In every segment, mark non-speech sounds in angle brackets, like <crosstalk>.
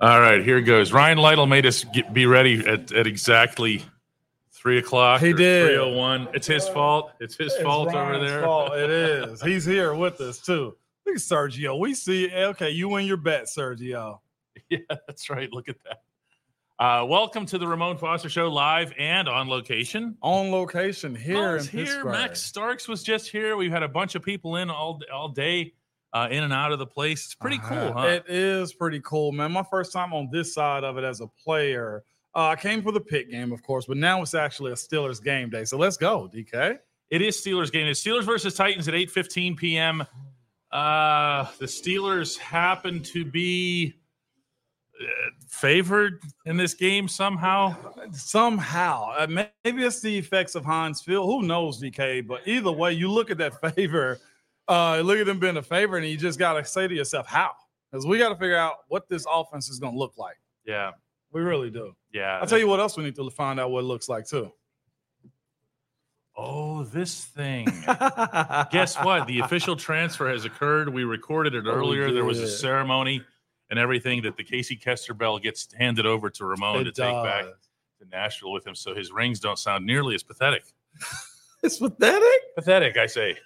All right, here goes. Ryan Lytle made us get, be ready at, at exactly three o'clock. He did. Three oh one. It's his fault. It's his It's fault over Ryan's there. fault. It is. He's here with us too. Look at Sergio. We see. Okay, you win your bet, Sergio. Yeah, <laughs> that's right. Look at that. Uh, welcome to the Ramon Foster Show, live and on location. On location here Mom's in Pittsburgh. Max Starks was just here. We've had a bunch of people in all all day, uh, in and out of the place. It's pretty Uh-huh. cool, huh? It is pretty cool, man. My first time on this side of it as a player. Uh, I came for the pit game, of course, but now it's actually a Steelers game day. So let's go, DK. it is Steelers game. It's Steelers versus Titans at eight fifteen p.m. Uh, the Steelers happen to be uh, favored in this game somehow. Somehow, uh, may- maybe it's the effects of Heinz Field. Who knows, DK? But either way, you look at that <laughs> favor, uh, look at them being a favor, and you just got to say to yourself, how? Because we got to figure out what this offense is going to look like. Yeah, We really do. yeah. I'll tell you what else we need to find out what it looks like, too. oh, this thing. <laughs> guess what? The official transfer has occurred. We recorded it Oh, we earlier. There was a did. ceremony and everything that the Casey Kester bell gets handed over to Ramon to <laughs> It take back does. to Nashville with him, so his rings don't sound nearly as pathetic. <laughs> It's pathetic. Pathetic, I say.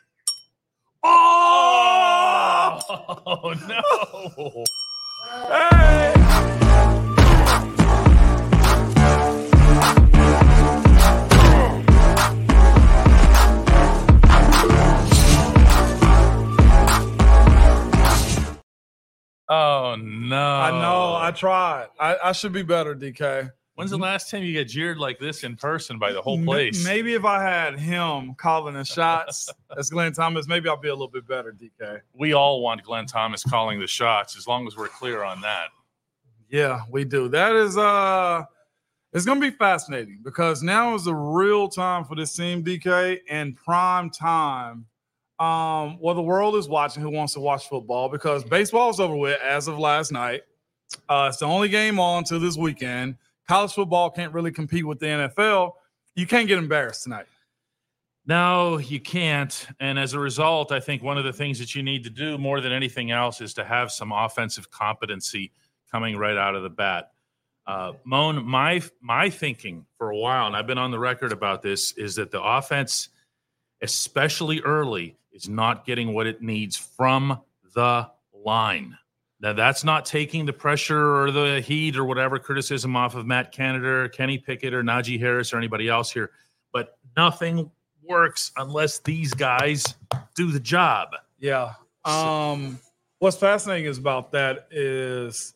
Oh! Oh <laughs> no! Oh no! I know. I tried. I, I should be better, DK. When's the last time you get jeered like this in person by the whole M- place? Maybe if I had him calling the shots as Glenn Thomas, maybe I'll be a little bit better, DK. we all want Glenn Thomas calling the shots, as long as we're clear on that. Yeah, we do. That is uh it's gonna be fascinating because now is the real time for this team, DK, and prime time. Um, well, the world is watching who wants to watch football because baseball's over with as of last night. Uh, it's the only game on till this weekend. College football can't really compete with the NFL. You can't get embarrassed tonight. No, you can't. And as a result, I think one of the things that you need to do more than anything else is to have some offensive competency coming right out of the bat. Uh, Moan, my my thinking for a while, and I've been on the record about this, is that the offense, especially early, is not getting what it needs from the line. Now, that's not taking the pressure or the heat or whatever criticism off of Matt Canada or Kenny Pickett or Najee Harris or anybody else here, but nothing works unless these guys do the job. Yeah. Um, what's fascinating is about that is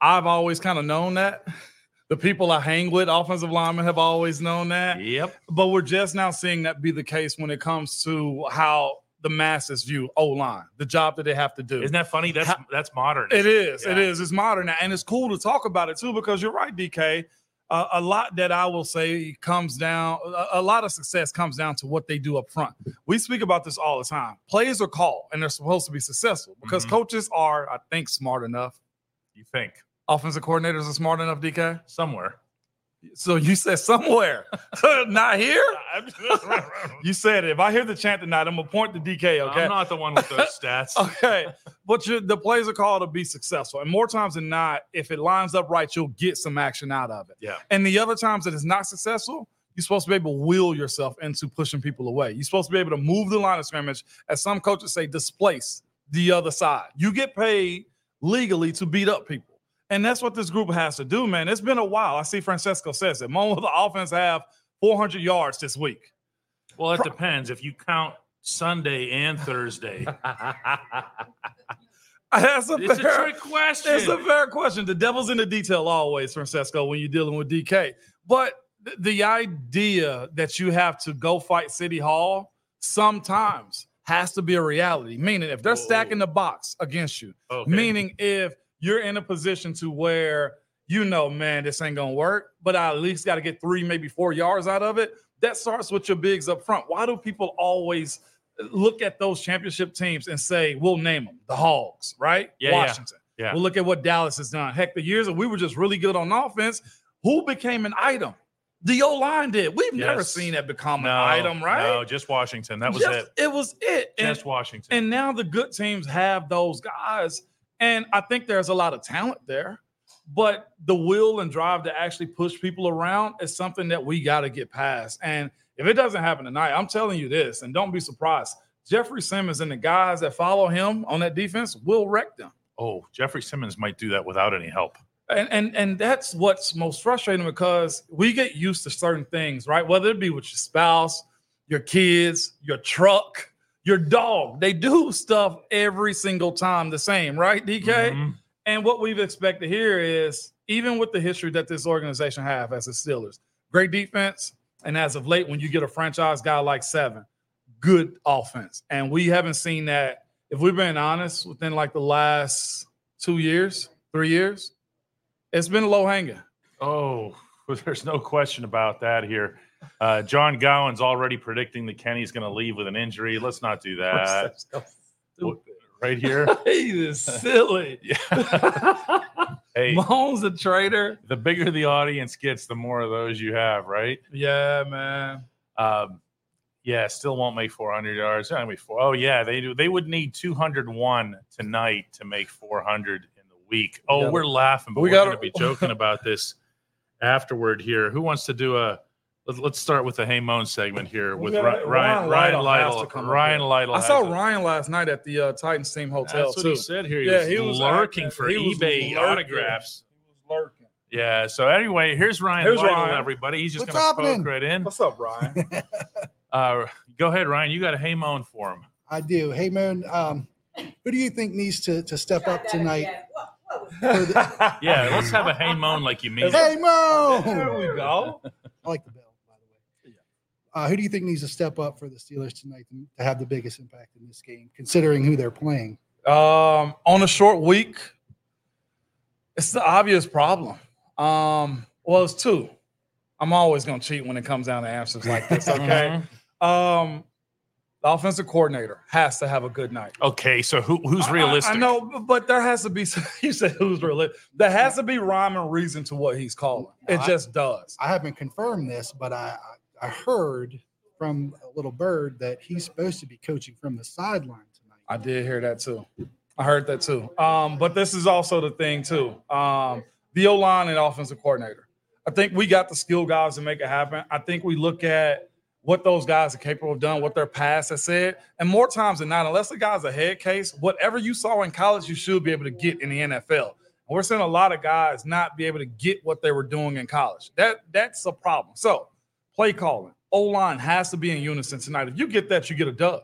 I've always kind of known that. The people I hang with, offensive linemen, have always known that. Yep. But we're just now seeing that be the case when it comes to how the masses view O line, the job that they have to do. Isn't that funny? That's that's modern. It is. It Yeah. is. It's modern now, and it's cool to talk about it too because you're right, DK. Uh, a lot that I will say comes down. A, a lot of success comes down to what they do up front. We speak about this all the time. Plays are called, and they're supposed to be successful because Mhm. coaches are, I think, smart enough. You think Offensive coordinators are smart enough, DK. <laughs> somewhere? So you said somewhere, <laughs> not here. <laughs> You said it. If I hear the chant tonight, I'm gonna point to DK. Okay. I'm not the one <laughs> with those stats. Okay, but you the plays are called to be successful, and more times than not, if it lines up right, you'll get some action out of it. Yeah. And the other times that it's not successful, you're supposed to be able to will yourself into pushing people away. You're supposed to be able to move the line of scrimmage, as some coaches say, displace the other side. You get paid legally to beat up people, and that's what this group has to do, man. It's been a while. I see Francesco says it. Mon will the offense have 400 yards this week. <laughs> Well, it depends if you count Sunday and <laughs> Thursday. That's a it's a fair- trick question. It's a fair question. The devil's in the detail always, Francesco, when you're dealing with DK. But th- the idea that you have to go fight City Hall sometimes has to be a reality. Meaning, if they're Whoa. stacking the box against you, Okay. meaning if you're in a position to where you know, man, this ain't gonna work, but I at least got to get three, maybe four yards out of it. That starts with your bigs up front. Why do people always look at those championship teams and say, we'll name them the Hogs, right? Yeah, yeah. Washington. Yeah. We'll look at what Dallas has done. Heck, the years that we were just really good on offense, who became an item? The O line did. We've never Yes. seen that become no, an item, right? No, just Washington. That was Just- it. It was it. And- Just Washington. and now the good teams have those guys. And I think there's a lot of talent there. But the will and drive to actually push people around is something that we got to get past. And if it doesn't happen tonight, I'm telling you this, and don't be surprised. Jeffrey Simmons and the guys that follow him on that defense will wreck them. Oh, Jeffrey Simmons might do that without any help. And, and and that's what's most frustrating because we get used to certain things, right? Whether it be with your spouse, your kids, your truck, your dog. They do stuff every single time the same, right, DK? Mhm. And what we've expected here is even with the history that this organization have as the Steelers, great defense, and as of late, when you get a franchise guy like Seven, good offense, and we haven't seen that. If we've been honest, within like the last two years, three years, it's been low hanging. Oh, <laughs> there's no question about that here. Uh, John Gowan's already predicting that Kenny's going to leave with an injury. Let's not do that right here. <laughs> he is silly. <laughs> Hey, Mahomes a traitor. the bigger the audience gets, the more of those you have, right? Yeah, man. Um, yeah, still won't make 400 yards. I mean, four, oh yeah, they do. They would need 201 tonight to make 400 in the week. Oh, gotta- we're laughing, but we we are going gotta- to <laughs> be joking about this afterward here. Who wants to do a? Let, let's start with the Hey Moan segment here We with gotta- Ry- Ryan. Ryan Ryan Lytle has to Lytle. come up Ryan here. Lytle. I saw has a- Ryan last night at the uh, Titans team hotel That's what too. he said here. He Yeah, was he was lurking acting- for he was eBay lurking. autographs. He was lurking. Yeah. So anyway, here's Ryan Here's Lytle, Ryan. everybody. He's just What's going to poke happening? right in. What's up, Ryan? Uh, go ahead, Ryan. You got a Hey Moan for him. I do. Hey, Moon, um, who do you think needs to, to step up tonight? For the, <laughs> Yeah, let's have a hey moan like you mean. it. hey, Moon! <laughs> there we go. I like the bell, by the way. Uh, who do you think needs to step up for the Steelers tonight to to have the biggest impact in this game, considering who they're playing? Um, on a short week, it's the obvious problem. Um, well, it's two. I'm always gonna cheat when it comes down to answers like <laughs> this. Okay. Mhm. um, the offensive coordinator has to have a good night. Okay, so who who's I- I- realistic? I, know, bu- but there has to be. <laughs> You said who's realistic? There has to be rhyme and reason to what he's calling. It No, I- just does. I haven't confirmed this, but I, I I heard from a little bird that he's supposed to be coaching from the sideline I tonight. did hear that too. I heard that too. Um, but this is also the thing too. Um, the O line and offensive coordinator. I think we got the skill guys to make it happen. I think we look at what those guys are capable of doing, what their past has said, and more times than not, unless the guy's a head case, whatever you saw in college, you should be able to get in the NFL. And we're seeing a lot of guys not be able to get what they were doing in college. That that's a problem. So play calling, O line has to be in unison tonight. If you get that, you get a dub.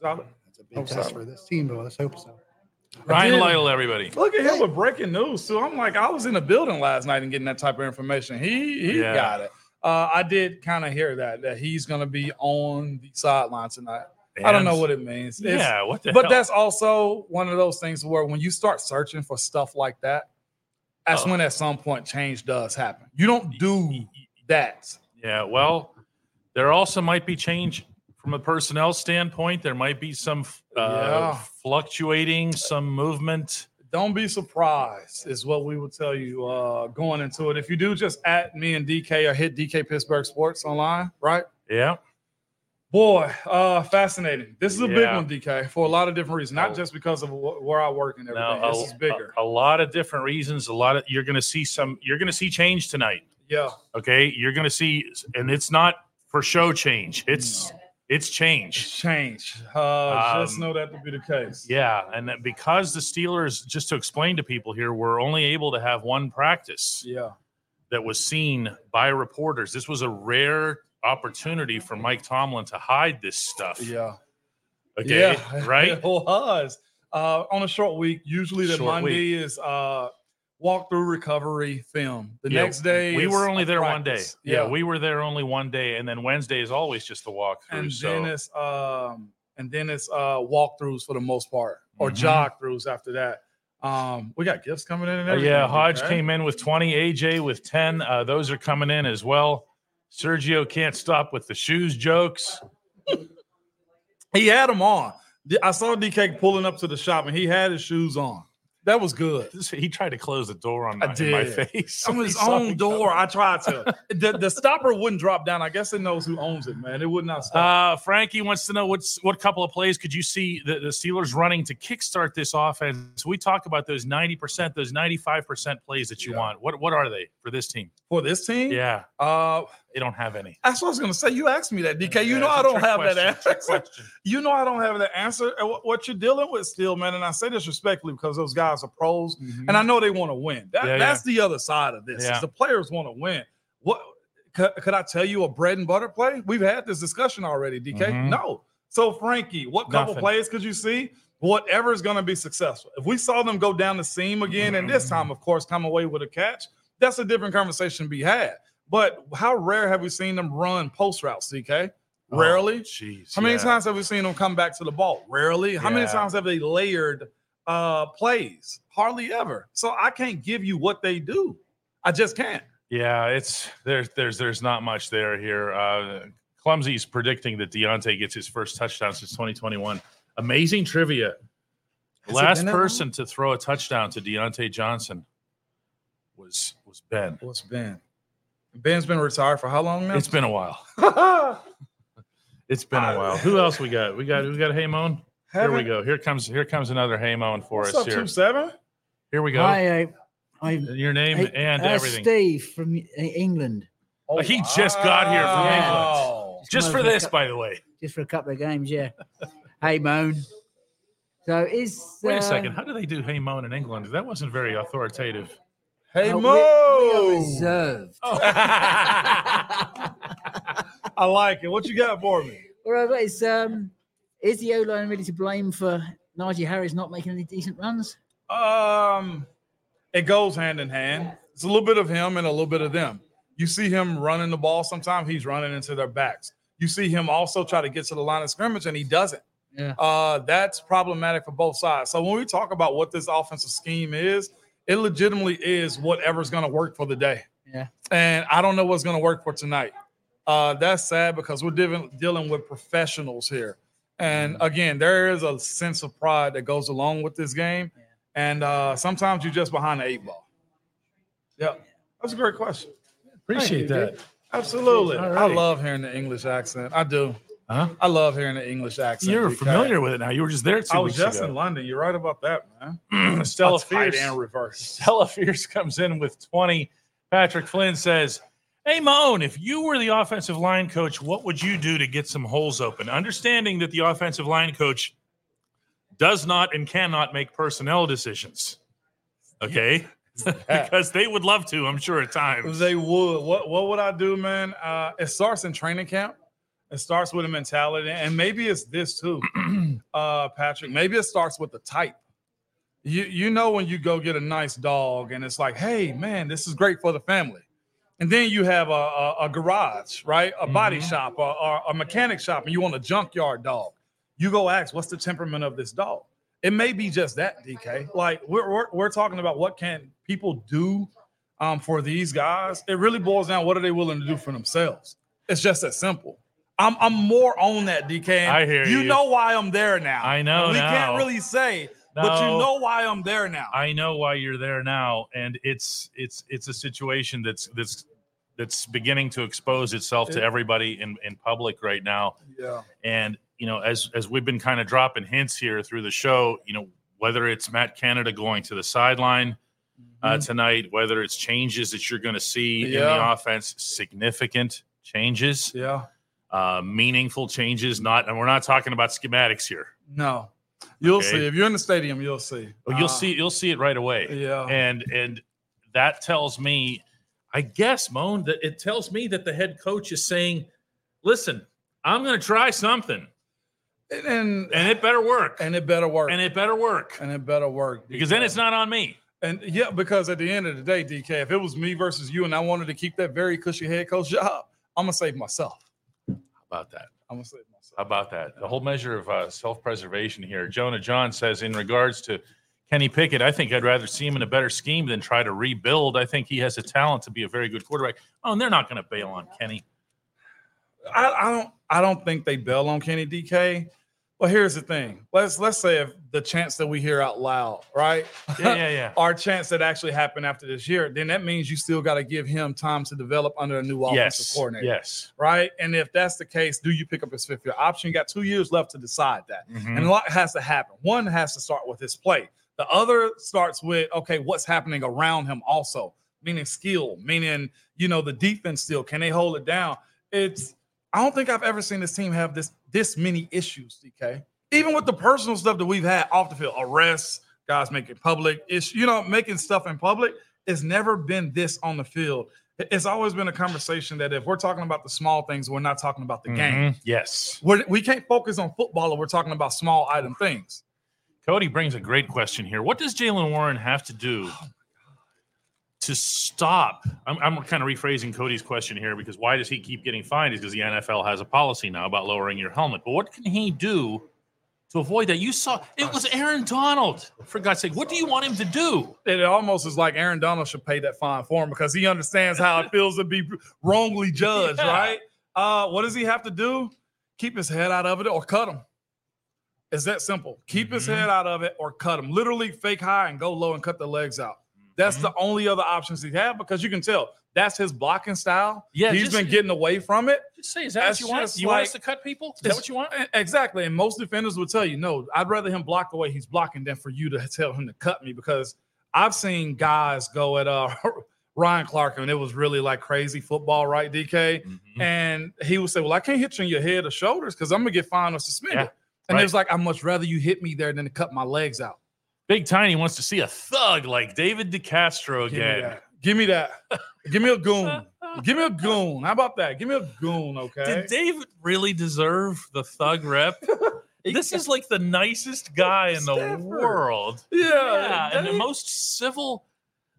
So, That's a I'm big test sorry. for this team, but let's hope so. Ryan did- Lytle, everybody. Look at him with breaking news too. I'm like, I was in the building last night and getting that type of information. He he Yeah. got it. Uh, I did kind of hear that that he's going to be on the sideline tonight. I don't know what it means. It's- yeah, what the but hell? that's also one of those things where when you start searching for stuff like that, that's Oh. when at some point change does happen. You don't do that. yeah. Well, there also might be change from a personnel standpoint. There might be some uh, Yeah. fluctuating, some movement. Don't be surprised, is what we would tell you uh, going into it. If you do, just at me and DK or hit DK Pittsburgh Sports online, right? Yeah. Boy, uh, fascinating. This is a big Yeah. one, DK, for a lot of different reasons, not Oh. just because of wh- where I work and everything. Now, a, this is bigger. A, a lot of different reasons. A lot of you're going to see some. You're going to see change tonight. yeah, Okay, you're going to see, and it's not for show change. It's it's change. change. Uh, just Um, know that to be the case. Yeah, and that because the Steelers, just to explain to people here, were only able to have one practice yeah. that was seen by reporters. This was a rare opportunity for Mike Tomlin to hide this stuff. Yeah. Okay. Yeah, <laughs> Right. It was. Uh, on a short week, usually the Short Monday is uh, walk through recovery film. The Yeah, next day, we is were only a there practice. one day. Yeah. we were there only one day, and then Wednesday is always just the walkthrough. and so then it's um and then it's uh walkthroughs for the most part or Mhm. jog throughs after that. Um, we got gifts coming in and Uh, everything. yeah, Hodge DK. came in with twenty. AJ with ten. Uh, those are coming in as well. Sergio can't stop with the shoes jokes. He had them on. D- I saw DK pulling up to the shop and he had his shoes on. That was good. He tried to close the door on I my, in my did. face. <laughs> on He his saw own me door. I tried to. the, the stopper wouldn't drop down. I guess it knows who owns it, man. It would not stop. Uh, Frankie wants to know what's what couple of plays could you see the, the Steelers running to kickstart this offense? We talk about those ninety percent, those ninety-five percent plays that you Yeah. want. What what are they for this team? For this team, Yeah, uh, they don't have any. that's what I was gonna say. You asked me that, DK. you Yeah, know it's a I don't trick have question, that trick answer. <laughs> question. You know I don't have that answer. And what, what you're dealing with still, man, and I say this respectfully because those guys are pros, and I know they want to win. That, Yeah, yeah. that's the other side of this. is Yeah. the players want to win. What could, could I tell you a bread and butter play? We've had this discussion already, DK. Mhm. No. So Frankie, what couple Nothing. plays could you see? Whatever is going to be successful. If we saw them go down the seam again, and this Mm-hmm. time, of course, come away with a catch, that's a different conversation to be had. But how rare have we seen them run post routes, DK? Oh, Rarely. Jeez. How many yeah. times have we seen them come back to the ball? Rarely. How many Yeah. times have they layered uh plays? Hardly ever. So I can't give you what they do. I just can't. Yeah, it's there's there's there's not much there here. Uh, Clumsy's predicting that Deontay gets his first touchdown since 2021. Amazing trivia. Has it Last been that person to throw a touchdown to Deontay Johnson was was Ben. What's Ben? Ben's been retired for how long now? <laughs> It's been a while. It's been a while. Who else we got? We got we got Hey Moan. Here we go. Here comes here comes another Hey Moan for What's us up, here. two seven? Here we go. Hi, I, I'm Your name Hey, and uh, everything. Steve from uh, England, Oh, He just got here from wow. Just for this, by the way. just for a couple of games. Yeah. hey, Moan. So is Wait uh, a second. How do they do Hey Moan in England? That wasn't <laughs> very authoritative. Oh. Hey uh, we- Mo. we are reserved. I like it. What you got for me? All right, but it's um, is the O line really to blame for Najee Harris not making any decent runs? Um, it goes hand in hand. It's a little bit of him and a little bit of them. You see him running the ball sometimes, he's running into their backs. You see him also try to get to the line of scrimmage and he doesn't. Yeah. Uh, that's problematic for both sides. So when we talk about what this offensive scheme is, it legitimately is whatever's going to work for the day. Yeah. And I don't know what's going to work for tonight. Uh, that's sad because we're dealing dealing with professionals here. And Mm-hmm. again, there is a sense of pride that goes along with this game. And uh, sometimes you're just behind the eight ball. Yeah. That's a great question. Appreciate Thank you, that. dude. Absolutely. All I right. love hearing the English accent. I do. Huh? I love hearing the English accent. You're DK. familiar with it now. You were just there two I was weeks just in ago. London. You're right about that, man. <clears throat> Stella That's tight Fierce. and reverse. Stella Fierce <laughs> comes in with 20. Patrick Flynn says, Hey, Moan, if you were the offensive line coach, what would you do to get some holes open? Understanding that the offensive line coach does not and cannot make personnel decisions. Okay. <laughs> because they would love to, I'm sure, at times. They would. What What would I do, man? Uh, it starts in training camp. It starts with a mentality, and maybe it's this too, uh, Patrick. Maybe it starts with the type. You You know when you go get a nice dog, and it's like, hey, man, this is great for the family. And then you have a, a, a garage, right? A body shop or, or a mechanic shop, and you want a junkyard dog. You go ask, what's the temperament of this dog? It may be just that, DK. Like we're we're, we're talking about what can people do um, for these guys, it really boils down what are they willing to do for themselves. It's just that simple. I'm I'm more on that, DK. and I hear you. know why I'm there now. I know We now. can't really say, but you No. know why I'm there now. I know why you're there now, and it's it's it's a situation that's that's that's beginning to expose itself to everybody in in public right now. yeah. And you know, as as we've been kind of dropping hints here through the show, you know, whether it's Matt Canada going to the sideline uh, tonight, whether it's changes that you're going to see in the Mm-hmm. Yeah. offense, significant changes, Yeah. uh, meaningful changes. Not, and we're not talking about schematics here. No. You'll Okay. see. If you're in the stadium, you'll see. Well, You'll Uh, see, you'll see it right away. Yeah. and and that tells me i guess moan that it tells me that the head coach is saying listen i'm going to try something And and, and it better work and, and it better work. it better work and it better work. because then DK. it's not on me And yeah, because at the end of the day, DK, if it was me versus you and I wanted to keep that very cushy head coach job, I'm gonna save myself. how about that I'm gonna save myself. how about that the whole measure of uh, self-preservation here jonah john says in regards to kenny pickett i think i'd rather see him in a better scheme than try to rebuild i think he has the talent to be a very good quarterback oh and they're not going to <laughs> bail on kenny I, I don't I don't think they bail on Kenny DK. Well, here's the thing. Let's let's say if the chance that we hear out loud, right? Yeah, yeah, yeah. Our chance that actually happened after this year, then that means you still got to give him time to develop under a new offensive yes. coordinator, Yes. right? And if that's the case, do you pick up his fifth year option? You got two years left to decide that, Mhm. and a lot has to happen. One has to start with his play. The other starts with okay, what's happening around him also, meaning skill, meaning you know the defense still can they hold it down? It's I don't think I've ever seen this team have this this many issues, DK. Even with the personal stuff that we've had off the field, arrests, guys making public issue, you know, making stuff in public, it's never been this on the field. It- It's always been a conversation that if we're talking about the small things, we're not talking about the game. Mhm. Yes. We're, we can't focus on football if we're talking about small item things. Cody brings a great question here. What does Jalen Warren have to do to stop? I'm, I'm kind of rephrasing Cody's question here because why does he keep getting fined? Is because the NFL has a policy now about lowering your helmet. But what can he do to avoid that? You saw it was Aaron Donald. For God's sake, what do you want him to do? it almost is like Aaron Donald should pay that fine for him because he understands how it feels to be wrongly judged, <laughs> Yeah. right? Uh, what does he have to do? Keep his head out of it or cut him. It's that simple. Keep his Mhm. head out of it or cut him. Literally fake high and go low and cut the legs out. That's Mm-hmm. the only other options he had because you can tell that's his blocking style. Yeah, he's just- been getting away from it. Just say, is that what That's you want? just You want like- us to cut people? Is that It's- what you want? E- Exactly. And most defenders will tell you, no, I'd rather him block the way he's blocking than for you to tell him to cut me because I've seen guys go at uh, <laughs> Ryan Clark and it was really like crazy football, right, DK? Mm-hmm. And he would say, Well, I can't hit you in your head or shoulders because I'm going to get fined or suspended. Yeah, And right. it was like, I'd much rather you hit me there than to cut my legs out. Big Tiny wants to see a thug like David DeCastro Give me again. that. Give me that. Give me a goon. Give me a goon. How about that? Give me a goon, okay? Did David really deserve the thug <laughs> rep? this is like the nicest guy in the Stafford. world. yeah. Yeah, and the Dave- most civil,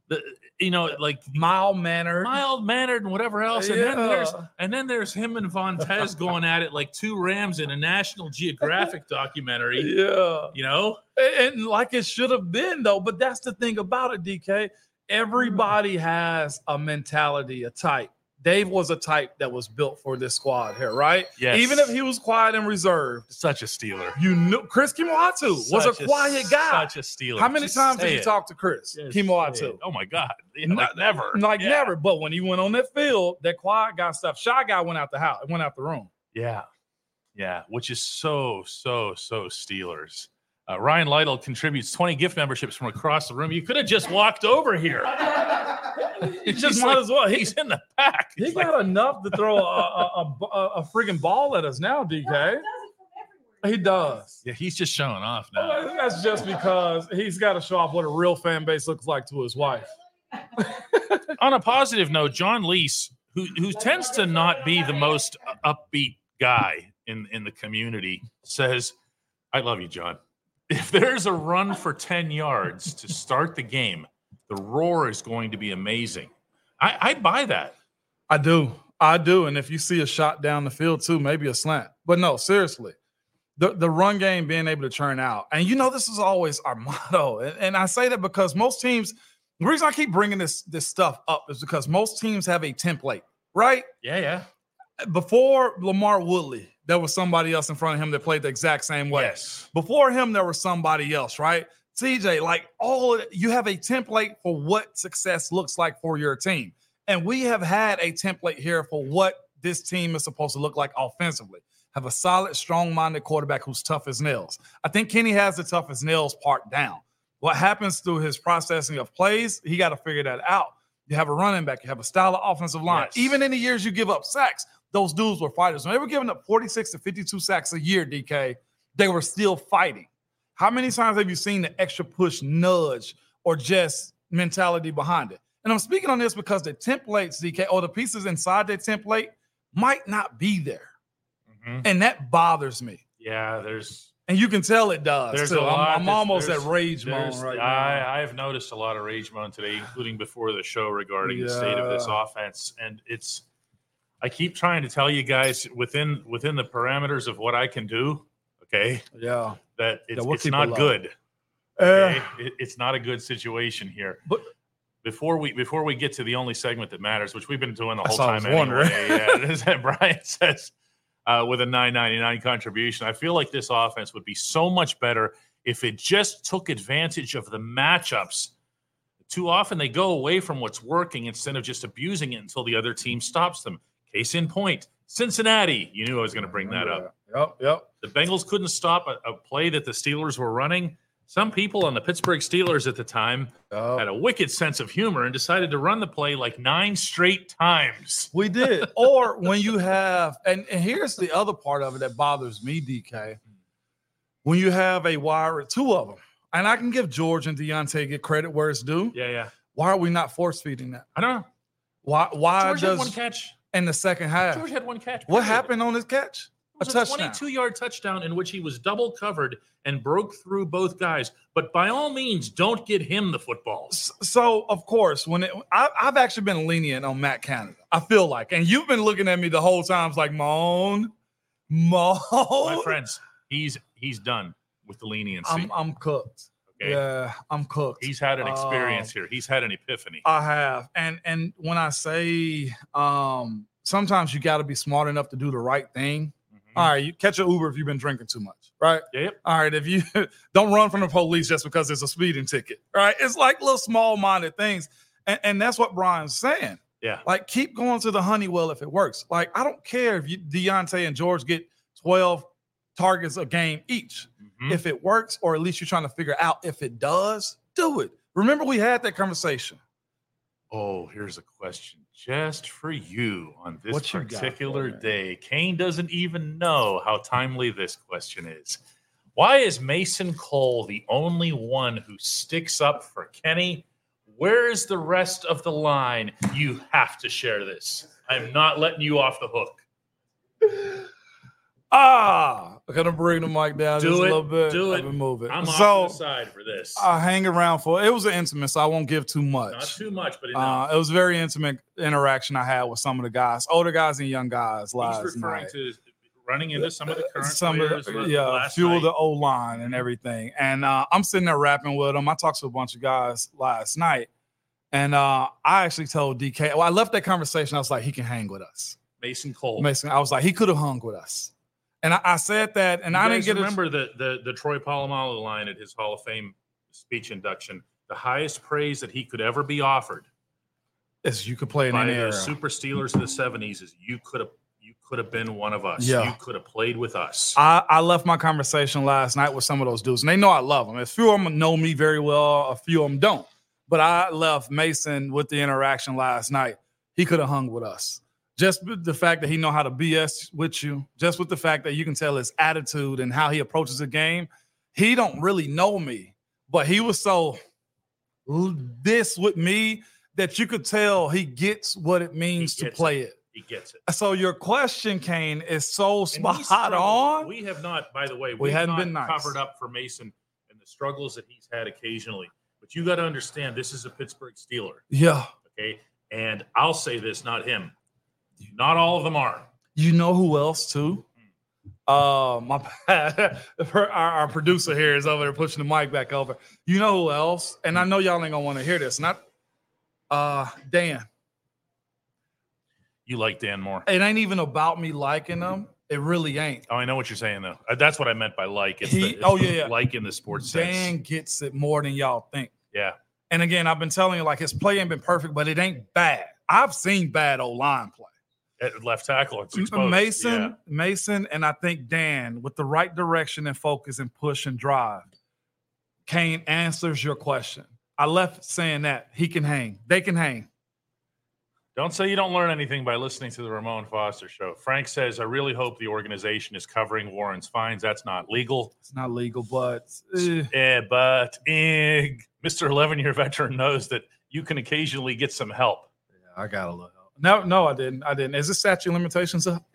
the, you know, like mild mannered. mild mannered and whatever else. And then there's and then there's him and <laughs> Vontez going at it like two rams in a National <laughs> Geographic documentary. yeah. You know, And and like it should have been though, but that's the thing about it, DK. Everybody has a mentality, a type. Dave was a type that was built for this squad here, right? Yes. Even if he was quiet and reserved, such a stealer. you knew Chris Kimoatu was Such a quiet guy. Such a stealer. How many Just times did say you it. talk to Chris Just say it. Kimoatu? Oh my God! Yeah, No- like never. Like Yeah. never. But when he went on that field, that quiet guy stuff, shy guy went out the house, went out the room. Yeah. Yeah. Which is so, so, so Steelers. Uh, Ryan Lytle contributes 20 gift memberships from across the room. You could have just walked over here. <laughs> It just He's might like- as well. He, He's in the pack. he He's got like, enough to throw a, a, a, a, a friggin' ball at us now, DK. He does. yeah, he's just showing off now. Well, That's just because he's got to show off what a real fan base looks like to his wife. On a positive note, John Lease, who who tends to not be the most upbeat guy in in the community, says, "I love you, John. If there's a run for 10 yards to start the game, the roar is going to be amazing." I, I buy that. I do. I do. And if you see a shot down the field too, maybe a slant. But no, seriously. The, the run game being able to churn out. And you know, this is always our <laughs> motto. And, and I say that because most teams, the reason I keep bringing this, this stuff up is because most teams have a template, right? Yeah, yeah. Before Lamar Woodley, there was somebody else in front of him that played the exact same way. Yes. Before him, there was somebody else, right? CJ, like all of, you have a template for what success looks like for your team. And we have had a template here for what this team is supposed to look like offensively. Have a solid, strong minded quarterback who's tough as nails. I think Kenny has the tough as nails part down. What happens through his processing of plays, he got to figure that out. You have a running back, you have a style of offensive line. Yes. Even in the years you give up sacks, those dudes were fighters. When they were giving up 46 to 52 sacks a year, DK, they were still fighting. How many times have you seen the extra push, nudge, or just mentality behind it? And I'm speaking on this because the templates, DK, or the pieces inside that template might not be there. Mhm. And that bothers me. Yeah, there's And you can tell it does. There's too. a lot- I'm, I'm there's- almost at there's- rage mode there's right now. I, I've noticed a lot of rage mode today, including before the show regarding the state of this Yeah. offense. And it's I keep trying to tell you guys within within the parameters of what I can do, okay, Yeah. that it's, we'll it's keep it not low. good. Okay? Uh, It- it's not a good situation here. But- before we before we get to the only segment that matters, which we've been doing the That's whole what I was <laughs> time anyway, wondering. yeah, it is that Brian says uh, with a 999 contribution. I feel like this offense would be so much better if it just took advantage of the matchups. Too often they go away from what's working instead of just abusing it until the other team stops them. Case in point, Cincinnati. You knew I was going to bring that up. Yep, yep. The Bengals couldn't stop a, a play that the Steelers were running. Some people on the Pittsburgh Steelers at the time yep. had a wicked sense of humor and decided to run the play like nine straight times. We <laughs> did. or when you have, and, and here's the other part of it that bothers me, DK. When you have a wire, two of them, and I can give George and Deontay get credit where it's due. Yeah, yeah. Why are we not force feeding that? I don't know. Why? Why George had one Uh, does catch. in the second half? George had one catch. what happened on this catch? It was A a, touchdown. 22 yard touchdown in which he was double covered and broke through both guys. But by all means, don't get him the football. S- So of course, when it, I, I've actually been lenient on Matt Canada, I feel like, and you've been looking at me the whole time, it's like moan, moan. My friends, he's he's done with the leniency. Oh. I'm I'm cooked. okay? Yeah, I'm cooked. He's had an Oh. Uh, experience here. He's had an epiphany. I have, and and when I say, um, sometimes you got to be smart enough to do the right thing. Mhm. All right, you catch an Uber if you've been drinking too much, right? Yep. All right, if you <laughs> don't run from the police just because it's a speeding ticket, right? It's like little small-minded things, and, and that's what Brian's saying. Yeah. Like, keep going to the Honeywell if it works. Like, I don't care if you, Deontay and George get 12 targets a game each. Mhm. If it works, or at least you're trying to figure out if it does, do it. Remember, we had that conversation. Oh, here's a question just for you on this What you got for particular me? day. Kane doesn't even know how timely this question is. Why is Mason Cole the only one who sticks up for Kenny? Where is the rest of the line? You have to share this. I'm not letting you off the hook. Ah, I'm gonna bring the mic down Do just a it, little bit. do Let it. me move it. I'm so uh, off to the side for this. I hang around for it was an intimate, so I won't give too much. not too much, but Uh, enough. it was a very intimate interaction I had with some of the guys, older guys and young guys last He's referring night. to running into some of the current some of players the, la- yeah, last fuel night. the O line and everything. And uh, I'm sitting there rapping with them. I talked to a bunch of guys last night, and uh, I actually told DK. Well, I left that conversation. I was like, he can hang with us, Mason Cole. Mason. I was like, he could have hung with us, and I, I said that, and You I didn't guys get a- remember the, the the Troy Polamalu line at his Hall of Fame speech induction. The highest praise that he could ever be offered is you could play in by any the era. Super Steelers of the '70s is you could have you could have been one of us. Yeah. You could have played with us. I, I left my conversation last night with some of those dudes, and they know I love them. A few of them know me very well, a few of them don't. But I left Mason with the interaction last night. He could have hung with us. Just with the fact that he know how to BS with you, just with the fact that you can tell his attitude and how he approaches the game. He don't really know me, but he was so l- this with me that you could tell he gets what it means to gets it. play it. he gets it. So your question, Kane, is so And we spot struggle- on. We have not, by the way, We we've hadn't not been nice. covered up for Mason and the struggles that he's had occasionally. But you got to understand, this is a Pittsburgh Steeler, Yeah. okay? And I'll say this, not him. Not all of them are. You know who else too? Mm. Uh, my <laughs> our, our producer here is over there pushing the mic back over. You know who else? And I know y'all ain't gonna want to hear this. Not uh Dan. You like Dan Moore. It ain't even about me liking him. It really ain't. Oh, I know what you're saying though. Uh, That's what I meant by like. It's He- the, it's oh, the yeah, yeah. like in the sports Dan sense. gets it more than y'all think. Yeah, And again, I've been telling you like his play ain't been perfect, but it ain't bad. I've seen bad old line play. at Uh, left tackle. It's M- exposed. Mason, Yeah. Mason, and I think Dan with the right direction and focus and push and drive. Kane answers your question. I left saying that he can hang. They can hang. Don't say you don't learn anything by listening to the Ramon Foster show. Frank says, "I really hope the organization is covering Warren's fines. That's not legal." It's not legal, but eh, Yeah, but eh, Mr. 11 year veteran knows that you can occasionally get some help. I got a little. help. No, no, I didn't. I didn't. Is this statute of limitations <laughs> up?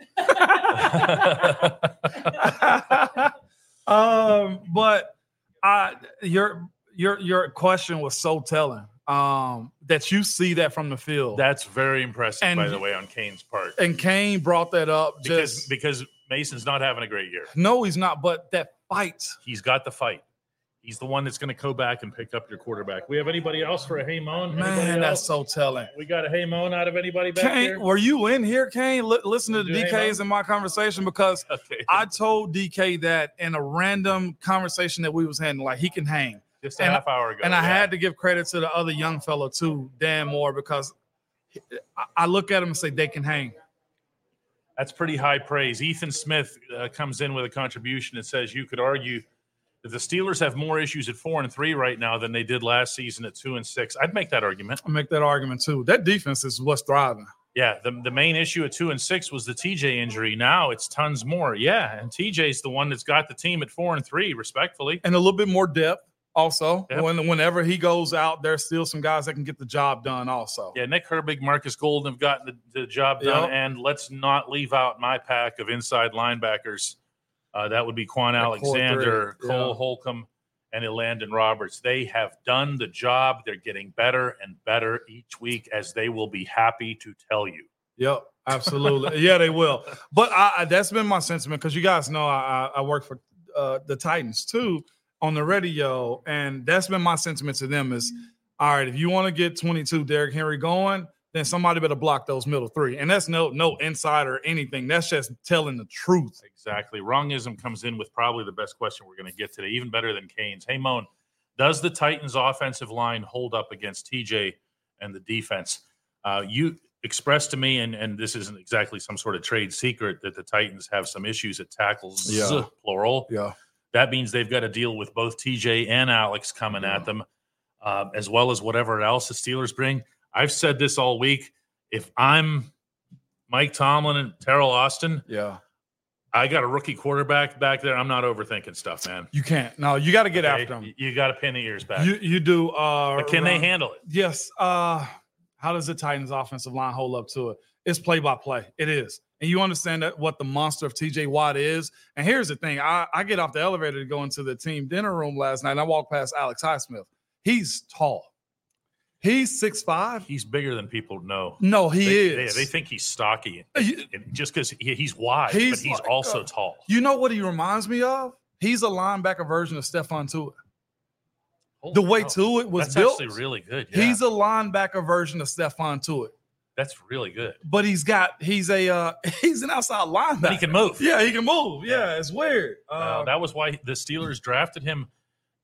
um, but I your your your question was so telling. Um, that you see that from the field. That's very impressive, And- by the way, on Kane's part and Kane brought that up because just because Mason's not having a great year. No, he's not. But that fight, He's got the fight. He's the one that's going to go back and pick up your quarterback. We have anybody else for a hey moan? Man, Anybody that's else? so telling. we got a hey moan out of anybody back Kane, there? were you in here, Kane? Li- listen to the Do they DKs in my conversation because Okay. I told DK that in a random conversation that we was having, like he can hang. Just a and- half hour ago. And I Oh, yeah. had to give credit to the other young fellow too, Dan Moore, because I, I look at him and say they can hang. That's pretty high praise. Ethan Smith uh, comes in with a contribution and says you could argue that the Steelers have more issues at four and three right now than they did last season at two and six. I'd make that argument. I make that argument too. That defense is what's thriving. Yeah, the, the main issue at two and six was the TJ injury. Now it's tons more. Yeah, and TJ's the one that's got the team at four and three, respectfully. and a little bit more depth also. Yep. When whenever he goes out, there's still some guys that can get the job done also. Yeah, Nick Herbig, Marcus Golden have gotten the, the job Yep. done. And let's not leave out my pack of inside linebackers. Uh, that would be Quan core Alexander, three, Cole yeah. Holcomb, and Elandon Roberts. They have done the job. They're getting better and better each week, as they will be happy to tell you. Yep, <laughs> absolutely. yeah, they will. But I, I that's been my sentiment because you guys know I, I, I work for uh, the Titans too on the radio, and that's been my sentiment to them is Mm-hmm. all right. If you want to get 22 Derrick Henry going, then somebody better block those middle three, and that's no no insight or anything. That's just telling the truth. Exactly. Wrongism comes in with probably the best question we're going to get today, even better than Kane's. Hey, Moan, does the Titans' offensive line hold up against TJ and the defense? Uh, you expressed to me, and, and this isn't exactly some sort of trade secret, that the Titans have some issues at tackles, Yeah. plural. Yeah, That means they've got to deal with both TJ and Alex coming at them, uh, as well as whatever else the Steelers bring. I've said this all week. If I'm Mike Tomlin and Terrell Austin, yeah. I got a rookie quarterback back there. I'm not overthinking stuff, man. You can't. No, you got to get Okay? after them. You- You got to pin the ears back. You you do. Uh, but can they Ron- handle it? Yes. Uh, how does the Titans' offensive line hold up to it? It's play by play. It is, and you understand that what the monster of T.J. Watt is. And here's the thing: I, I get off the elevator to go into the team dinner room last night, and I walked past Alex Highsmith. He's tall. He's six five. He's bigger than people know. No, he they, is. They, they think he's stocky You- and just because he, he's wide, He's but he's like, also uh, tall. you know what he reminds me of? He's a linebacker version of Stefan Tuitt. The way too Tuitt was Oh, That's built, actually really good. Yeah. he's a linebacker version of Stefan Tuitt. That's really good. but he's got he's a uh <laughs> he's an outside linebacker. But he can move. yeah, he can move. Yeah, it's weird. Uh, Uh, that was why the Steelers drafted him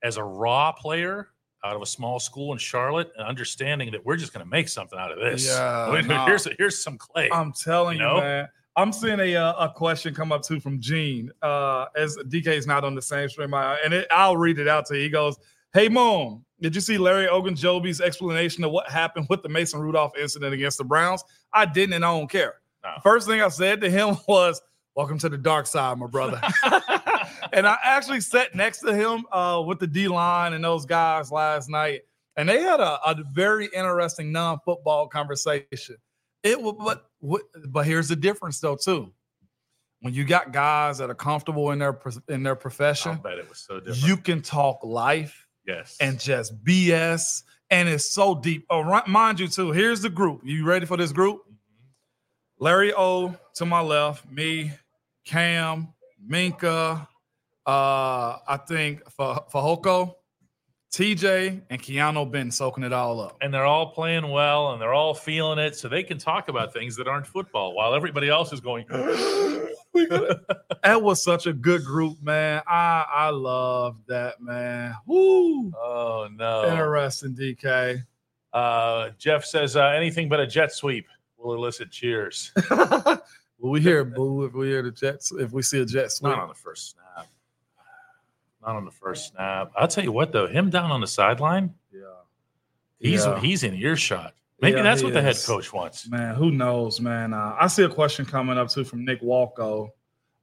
as a raw player out of a small school in Charlotte, and understanding that we're just going to make something out of this. Yeah, Wait, no. <laughs> Um, here's here's some clay. I'm telling you, you know? man. I'm seeing a uh, a question come up too from Gene. Uh, as DK is not on the same stream, I, and it, I'll read it out to you. He goes, "Hey, mom, did you see Larry Ogunjobi's explanation of what happened with the Mason Rudolph incident against the Browns? I didn't, and I don't care. No. First thing I said to him <laughs> was." Welcome to the dark side, my brother. <laughs> and I actually sat next to him uh, with the D line and those guys last night, and they had a, a very interesting non-football conversation. It will, but what, but here's the difference though too. When you got guys that are comfortable in their pr- in their I'll profession, bet it was so different. you can talk life yes, and just BS, and it's so deep. Oh, ri- mind you too. Here's the group. You ready for this group? Mm-hmm. Larry O to my left, me, Cam, Minka, uh, I think for Fajoko, TJ, and Keanu been soaking it all <laughs> up. and they're all playing well and they're all feeling it so they can talk about things that aren't football while everybody else <gasps> is going "Oh, That was such a good group, man. I I love that, man. Woo! oh no Interesting, <laughs> DK. uh, jeff says uh, anything but a jet sweep will elicit cheers Will we hear boo if we hear the Jets? If we see a Jet sweep, not on the first snap not on the first snap i'll tell you what though him down on the sideline yeah. he's Yeah. he's in earshot maybe Yeah, that's he what the head is. coach wants Man, who knows, man? Uh, I see a question coming up too from Nick Walko.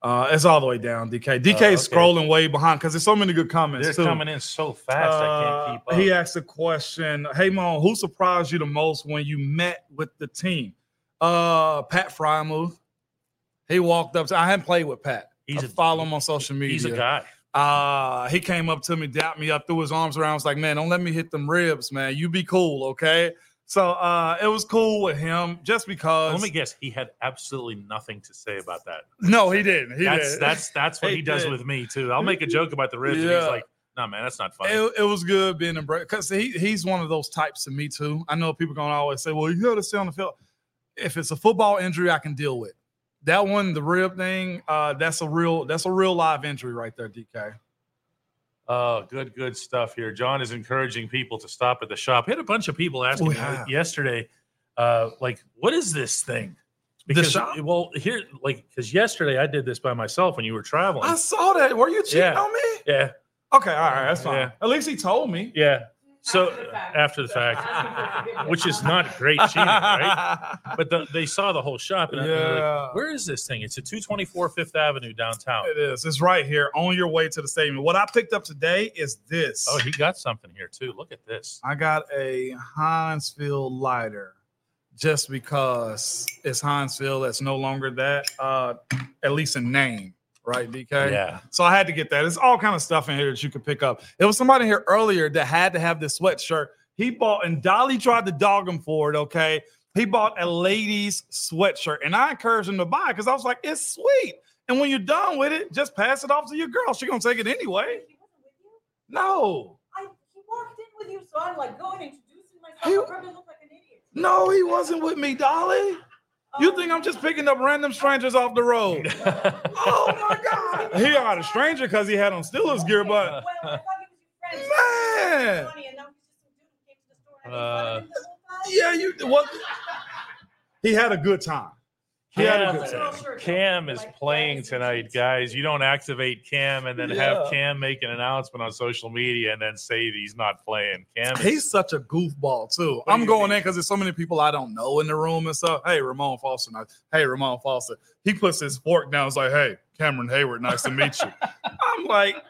Uh, it's all the way down, DK. DK Oh, okay. is scrolling way behind because there's so many good comments. they're too. coming in so fast i can't keep Uh, up He asked a question. Hey, Mon, who surprised you the most when you met with the team? Uh, Pat Frymuth. He walked up to. I hadn't played with Pat. He's I a- follow him on social media. he's a guy Uh, he came up to me, dapped me up, threw his arms around. was like, man, don't let me hit them ribs, man. You be cool, okay? So uh, it was cool with him just because. let me guess he had absolutely nothing to say about that No, he didn't. He that's didn't. that's that's what He he does did. with me too. I'll make a joke about the ribs, and Yeah. he's like, no, man, that's not funny. It, it was good being in break because he he's one of those types of me too. I know people gonna always say, "Well, you got to stay on the field." If it's a football injury, I can deal with that one. The rib thing, uh, that's a real that's a real live injury right there, DK. Oh, good, good stuff here. John is encouraging people to stop at the shop. He had a bunch of people asking me yeah. yesterday, uh, like, what is this thing? Because shop? well, here, like, because yesterday I did this by myself when you were traveling. I saw that. Were you cheating Yeah. on me? yeah, Okay, all right, that's fine. Yeah. At least he told me. yeah. So After the uh, fact. after the <laughs> fact, which is not great cheating, right? But the, they saw the whole shop, and yeah. like, yeah, where is this thing? It's at 224 Fifth Avenue downtown. it is. It's right here on your way to the stadium. What I picked up today is this. Oh, he got something here too. Look at this. I got a Hinesfield lighter just because it's Hinesfield that's no longer that, uh, at least in name, right, DK? <laughs> Yeah. So I had to get that. It's all kind of stuff in here that you could pick up. There was somebody here earlier that had to have this sweatshirt. He bought, and Dolly tried to dog him for it, okay? He bought a ladies' sweatshirt, and I encouraged him to buy it because I was like, it's sweet. And when you're done with it, just pass it off to your girl. She gonna take it anyway. He wasn't with you? No, I, he walked in with you, so I'm like, go and introducing myself. He- I'm gonna look like an idiot. no, he wasn't with me, Dolly. You Oh, think I'm just picking up random strangers off the road? <laughs> Oh my God! He got a stranger because he had on Steelers gear, Well, <laughs> but I thought <laughs> he was your friend. man, Funny, and now he's just some dude who came to the store and I made fun of him the whole time. yeah, you what? He had a good time. He had a good time. Cam, Cam is playing tonight, guys. You don't activate Cam and then Yeah. have Cam make an announcement on social media and then say that he's not playing. Cam, is- He's such a goofball too. do I'm you going mean? in because there's so many people I don't know in the room and stuff. Hey, Ramon Foster. nice- Hey, Ramon Foster. He puts his fork down. It's like, hey, Cameron Hayward, nice to meet <laughs> you. I'm like,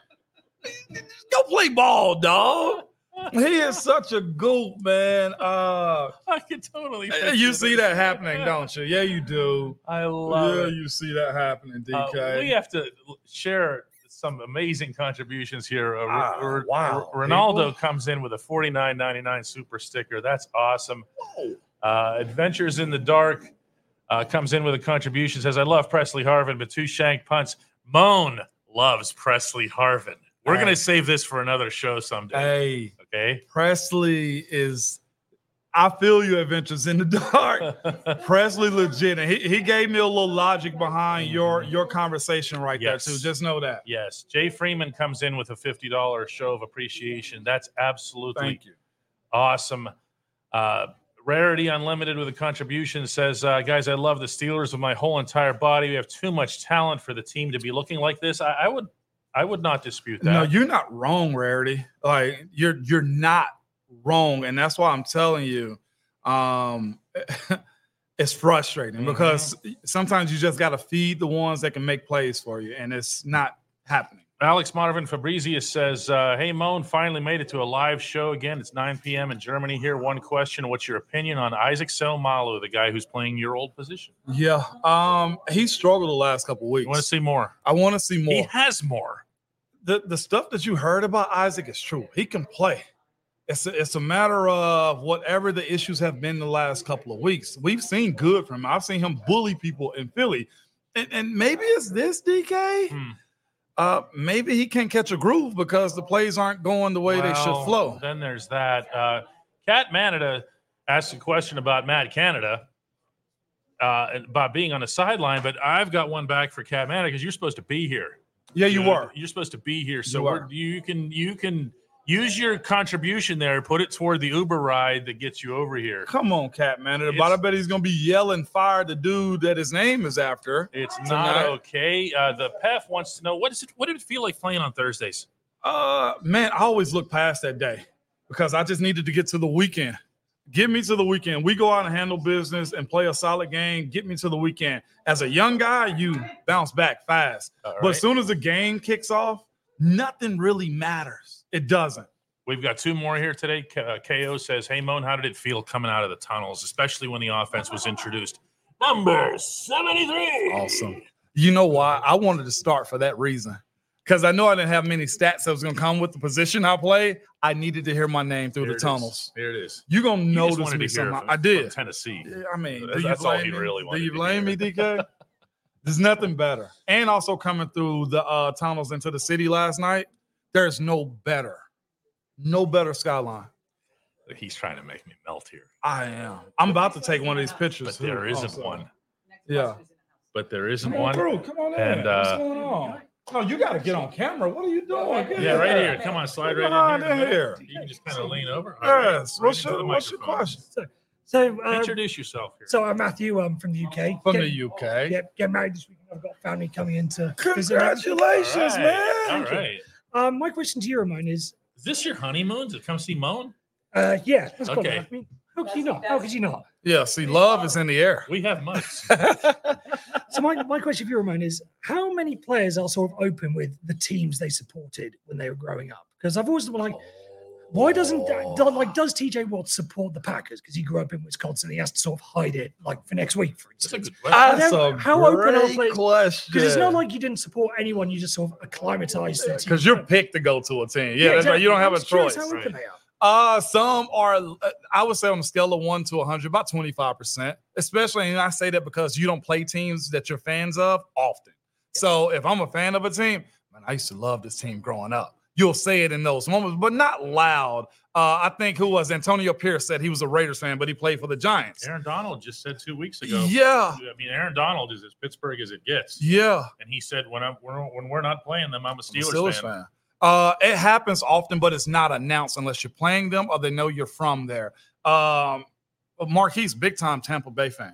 go play ball, dog. He is such a goof, man. Uh, <laughs> I can totally. Yeah, picture you see this. that happening, don't you? Yeah, you do. I love yeah, it. you see that happening, Uh, DK. we have to l- share some amazing contributions here. Uh, Ah, R- R- wow, R- Ronaldo people. comes in with a forty nine ninety nine super sticker. That's awesome. Whoa. Uh, Adventures in the Dark uh, comes in with a contribution. Says, "I love Presley Harvin, but two shank punts." Moan loves Presley Harvin. We're Hey. gonna save this for another show someday. Hey, Okay. Presley is. I feel you, Adventures in the Dark. <laughs> Presley, legit, and he, he gave me a little logic behind your your conversation right Mm-hmm. Yes. there too. Just know that. yes. Jay Freeman comes in with a fifty dollar show of appreciation. That's absolutely Thank you. Awesome. Uh, Rarity Unlimited with a contribution says, uh, guys, I love the Steelers with my whole entire body. We have too much talent for the team to be looking like this. I, I would, I would not dispute that. No, you're not wrong, Rarity. Like you're you're not wrong, and that's why I'm telling you. Um, <laughs> it's frustrating Mhm. because sometimes you just got to feed the ones that can make plays for you, and it's not happening. Alex Monovan Fabrizius says, uh, "Hey Moan, finally made it to a live show again. It's 9 p.m. in Germany here. One question: What's your opinion on Isaac Selmalu, the guy who's playing your old position? Yeah. Um, he struggled the last couple Uh-huh. You want to weeks. see more? I want to see He more. has more. the the stuff that you heard about Isaac is true. He can play. It's a, it's a matter of whatever the issues have been the last couple of weeks. We've seen good from him. I've seen him bully people in Philly, and, and maybe it's this DK. Hmm. Uh, maybe he can't catch a groove because the plays aren't going the way they should Well, flow. Then there's that. Uh, Kat Manada asked a question about Matt Canada, uh, and about being on the sideline, but I've got one back for Kat Manada because you're supposed to be here. Yeah, you know, were. You're supposed to be here, so You you, are. we're, you can you can use your contribution there. Put it toward the Uber ride that gets you over here. Come on, Cat Man. But I It's- bet he's gonna be yelling fire the dude that his name is after. It's Tonight. not okay. Uh, the PEF wants to know what is it? What did it feel like playing on Thursdays? Uh, man, I always look past that day because I just needed to get to the weekend. Get me to the weekend. We go out and handle business and play a solid game. Get me to the weekend. As a young guy, you bounce back fast. All But right. as soon as the game kicks off, nothing really matters. It doesn't. We've got two more here today. K- uh, KO says, Hey, Moan, how did it feel coming out of the tunnels, especially when the offense was introduced? Number 73. Awesome. You know why? I wanted to start for that reason. Because I know I didn't have many stats that was going to come with the position I play. I needed to hear my name through Here it the is. tunnels. Here it is. You're going to He just notice wanted me to hear somehow. from- I from did. Tennessee. Yeah, I mean, That's- do you that's all blame he me? really wanted Do you to blame me, hear. <laughs> DK? There's nothing better. And also coming through the uh, tunnels into the city last night, There's no better, no better skyline. He's trying to make me melt here, I am. I'm about to take one of these but pictures. too. there isn't Also. one. Next Yeah. question is in the house. But there isn't Come on one. through. Come on in. And, What's uh, going on? No, you got to get on camera. What are you doing? Get Yeah, in right there. here. Come on, slide Come right in on in here. here. You can just kind of lean over. All right, Yes. What's right into your the What's your microphone. question? So, so, um, Introduce yourself here. so I'm Matthew. I'm from the UK. From get, the UK. Get, get married this weekend. I've got family coming in to visit. Congratulations, All right, man. All right. Um, my question to you, Ramon, is Is this your honeymoon to come see Moan? uh, yeah, that's cool. Okay. I mean, how could you not? How could you not? Yeah. See, love is in the air. We <laughs> have mugs. So, my, my question for you, Ramon, is how many players are sort of open with the teams they supported when they were growing up? Because I've always been like, why doesn't do- like does TJ Watt support the Packers because he grew up in Wisconsin? He has to sort of hide it, like for next week, for That's a instance. good question. That's a how open are great they- question. Because it's not like you didn't support anyone; you just sort of acclimatized. because you're picked to go to a team. Yeah, that's right. You don't have a choice. How open right. they are. Uh, some are, uh, I would say on a scale of one to 100, about 25%. Especially, and I say that because you don't play teams that you're fans of often. So if I'm a fan of a team, man, I used to love this team growing up. You'll say it in those moments, but not loud. Uh, I think who was Antonio Pierce said he was a Raiders fan, but he played for the Giants. Aaron Donald just said two weeks ago. Yeah, I mean, Aaron Donald is as Pittsburgh as it gets. yeah. And he said, when I'm we're, when we're not playing them, I'm a I'm a Steelers, Steelers fan. fan. Uh, it happens often, but it's not announced unless you're playing them or they know you're from there. Um, but Marquise, big time Tampa Bay fan,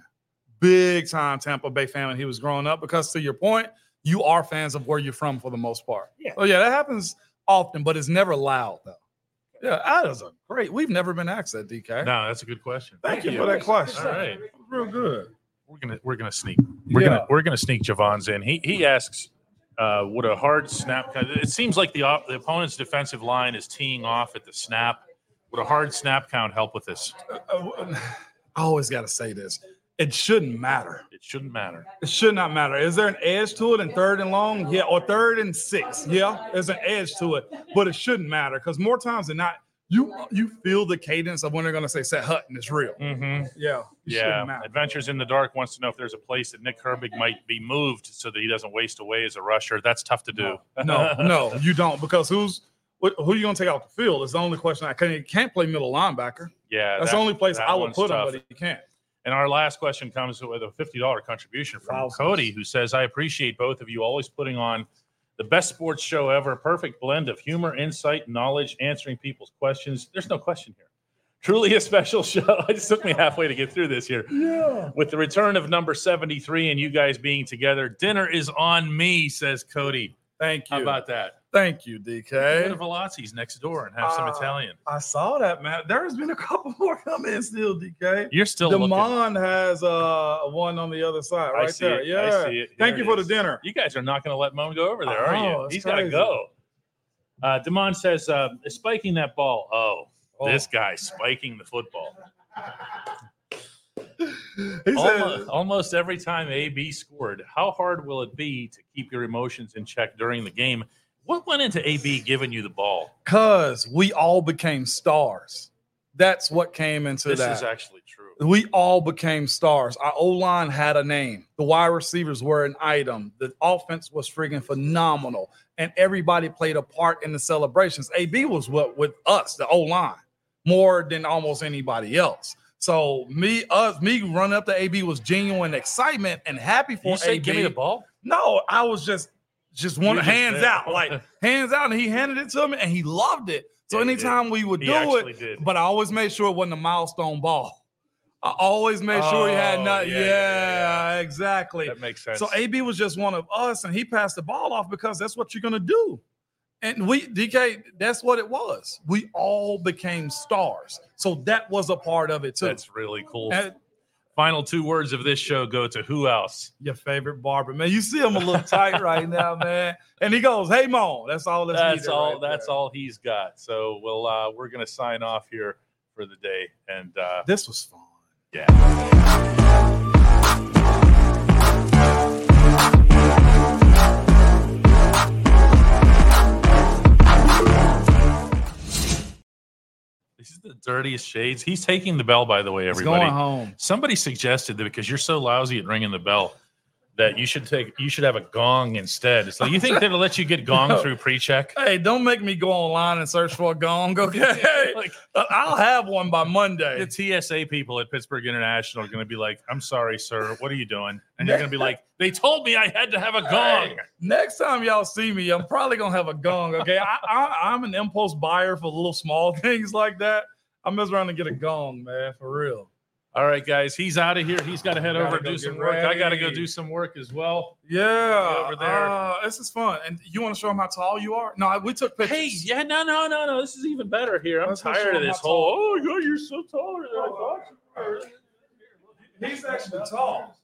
big time Tampa Bay fan when he was growing up. Because to your point, you are fans of where you're from for the most part. Yeah. Oh yeah, that happens often, but it's never loud though. Yeah, that is a great. We've never been asked that, DK. No, that's a good question. Thank you for that question. All right. Real good. <sighs> We're gonna we're gonna sneak we're Yeah. gonna we're gonna sneak Javon's in. He he asks, uh, would a hard snap? It seems like the op, the opponent's defensive line is teeing off at the snap. Would a hard snap count help with this? Uh, I always got to say this. It shouldn't matter. It shouldn't matter. It should not matter. Is there an edge to it in third and long? Yeah, or third and six. Yeah, there's an edge to it, but it shouldn't matter because more times than not, you you feel the cadence of when they're gonna say set Hutton is real. Mm-hmm. Yeah, it shouldn't Yeah. matter. Adventures in the Dark wants to know if there's a place that Nick Herbig might be moved so that he doesn't waste away as a rusher. That's tough to do. <laughs> No, no, you don't because who's what, who you gonna take off the field is the only question. I can he can't play middle linebacker. yeah. That's that- the only place that I would one's put tough. him, but he can't. And our last question comes with a fifty dollar contribution from Thousands. Cody, who says, "I appreciate both of you always putting on the best sports show ever. Perfect blend of humor, insight, knowledge, answering people's questions. There's no question here. Truly a special <laughs> show. It just took me halfway to get through this here. Yeah. With the return of number seventy three and you guys being together, dinner is on me," says Cody. Thank you. How about that? Thank you, Go to DK. Velazzi's next door and have some Ah. Italian. I saw that, man. There's been a couple <laughs> more coming still, DK. You're still looking. Demond has uh one on the other side, I right see there. it. I Yeah. see it. Thank There you it for the is. dinner. You guys are not going to let Moan go over there, Oh, are you? that's He's got to crazy. go. Uh, Demond says, uh, spiking that ball. Oh, this guy spiking the football. He Almost, said, almost every time AB scored, how hard will it be to keep your emotions in check during the game? What went into AB giving you the ball? "Cause we all became stars. That's what came into This that. is actually true. we all became stars. Our O line had a name. The wide receivers were an item. The offense was freaking phenomenal, and everybody played a part in the celebrations. AB was what with us, the O line, more than almost anybody else. So me, us, me running up to AB was genuine excitement and happy for You say, AB. give me the ball? No, I was just just one You're just hands there. out, <laughs> like hands out, and he handed it to me, and he loved it. So Yeah, he did. anytime we would He do it, actually did. but I always made sure it wasn't a milestone ball. I always made sure he had Oh, not. yeah, Yeah, yeah, yeah, exactly. That makes sense. So AB was just one of us, and he passed the ball off because that's what you're gonna do. And we, DK, that's what it was. We all became stars, so that was a part of it too. That's really cool. And Final two words of this show go to who else? your favorite barber, man. You see him a little tight right now, man. And he goes, "Hey, Mo." That's all. That's, that's needed all right that's there. all he's got so we'll uh we're gonna sign off here for the day and uh This was fun. yeah this is the dirtiest shades he's taking the bell by the way It's everybody going home. somebody suggested that because you're so lousy at ringing the bell that you should take you should have a gong instead. It's like you think they'll let you get gong through pre-check? Hey, don't make me go online and search for a <laughs> gong. Okay, Uh, Like I'll have one by Monday. the TSA people at Pittsburgh International are going to be like, "I'm sorry, sir. What are you doing?" And you're going to be like, "They told me I had to have a gong." Hey, next time y'all see me, I'm probably gonna have a gong. Okay, I, I, I'm an impulse buyer for little small <laughs> things like that. I mess around and get a gong, man, for real. All right, guys, he's out of here. He's got to head Gotta over and go do get some work. I got to go ready. do some work as well. Yeah, Over there. uh, this is fun. And you want to show them how tall you are? No, I- we took pictures. Hey, yeah, no, no, no, no. This is even better here. I'm Let's go show tired of him this how whole. tall- Oh, my God, you're so taller than I thought. he's actually tall.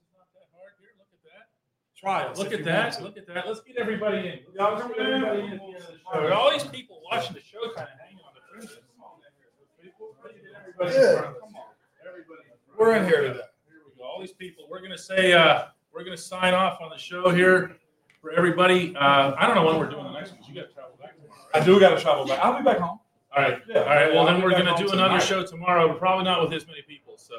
Try it. Look if at you that. want Look at that. Let's get everybody in. Y'all come in. Everybody in at the end of the show. All these people watching the show kind of hanging on the fringes. Everybody in front. Come to. on. Everybody front. We're in here today. Here we go. All these people. We're gonna say. Uh, we're gonna sign off on the show here for everybody. Uh, I don't know when we're doing the next one. You gotta travel back tomorrow. right? I do got to travel back. I'll be back <laughs> home. All right. Yeah. All right. Well, then we're I'll be going to back do home another tonight. show tomorrow. but Probably not with this many people. So.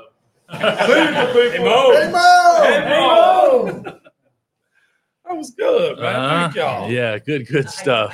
<laughs> people. Hey, Mo. Hey, Hey, Mo. Mo. That was good, man. Thank Uh, y'all. Yeah. Good. Good stuff.